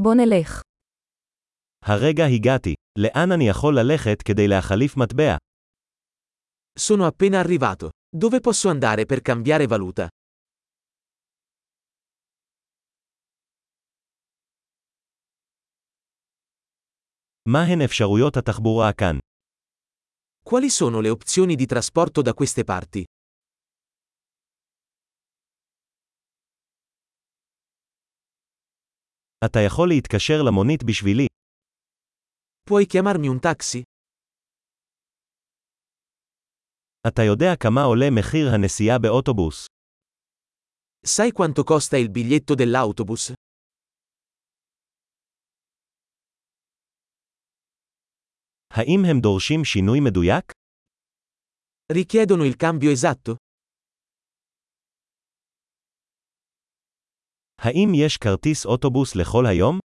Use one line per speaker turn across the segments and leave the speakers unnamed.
בוא נלך.
הרגע הגעתי. לאן אני יכול ללכת כדי להחליף מטבע?
Sono appena arrivato. Dove posso andare per cambiare valuta?
מהן אפשרויות התחבורה כאן?
Quali sono le opzioni di trasporto da queste parti?
אתה יכול להתקשר למונית בשבילי.
Puoi chiamarmi un taxi?
אתה יודע כמה עולה מחיר הנסיעה באוטובוס.
Sai quanto costa il biglietto dell'autobus?
האם הם דורשים שינוי מדויק?
Richiedono il cambio esatto?
האם יש כרטיס אוטובוס לכל היום?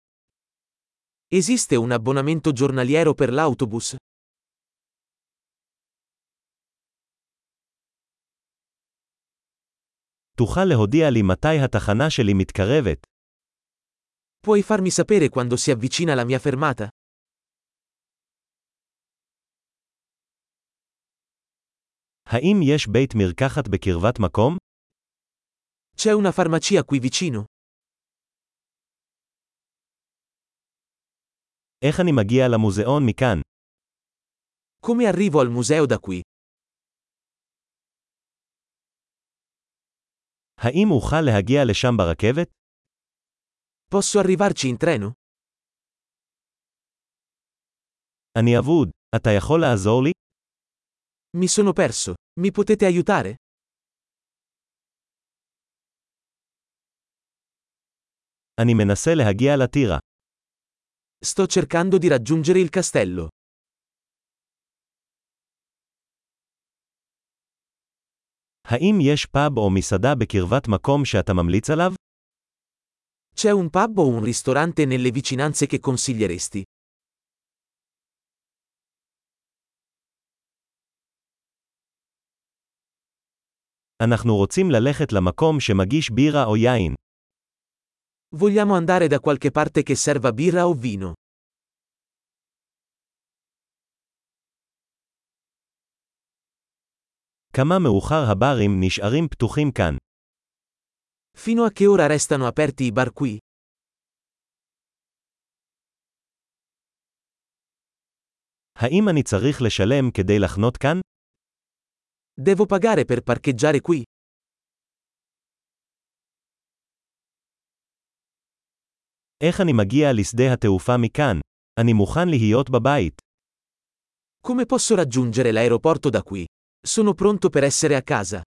Esiste un abbonamento giornaliero per l'autobus?
תוכל להודיע לי מתי התחנה שלי מתקרבת.
Puoi farmi sapere quando si avvicina la mia fermata?
האם יש בית מרקחת בקרבת מקום?
C'è una farmacia qui vicino?
איך אני מגיע למוזיאון מכאן?
Come arrivo al museo da qui?
האם אוכל להגיע לשם ברכבת?
Posso arrivarci in treno?
אני אבוד. אתה יכול לעזור לי?
Mi sono perso. Mi potete aiutare?
אני מנסה להגיע לטירה.
Sto cercando di raggiungere il castello.
האם יש פאב או מסעדה בקרבת מקום שאתה ממליץ עליו?
C'è un pub o un ristorante nelle vicinanze che consiglieresti?
אנחנו רוצים ללכת למקום שמגיש בירה או יין.
Vogliamo andare da qualche parte che serva birra o vino.
כמה מאוחר הברים נשארים פתוחים כאן.
Fino a che ora restano aperti i bar qui?
האם אני צריך לשלם כדי לחנות כאן?
Devo pagare per parcheggiare qui?
איך אני מגיע לשדה התעופה מכאן? אני מוכן להיות בבית.
Come posso raggiungere l'aeroporto da qui? Sono pronto per essere a casa.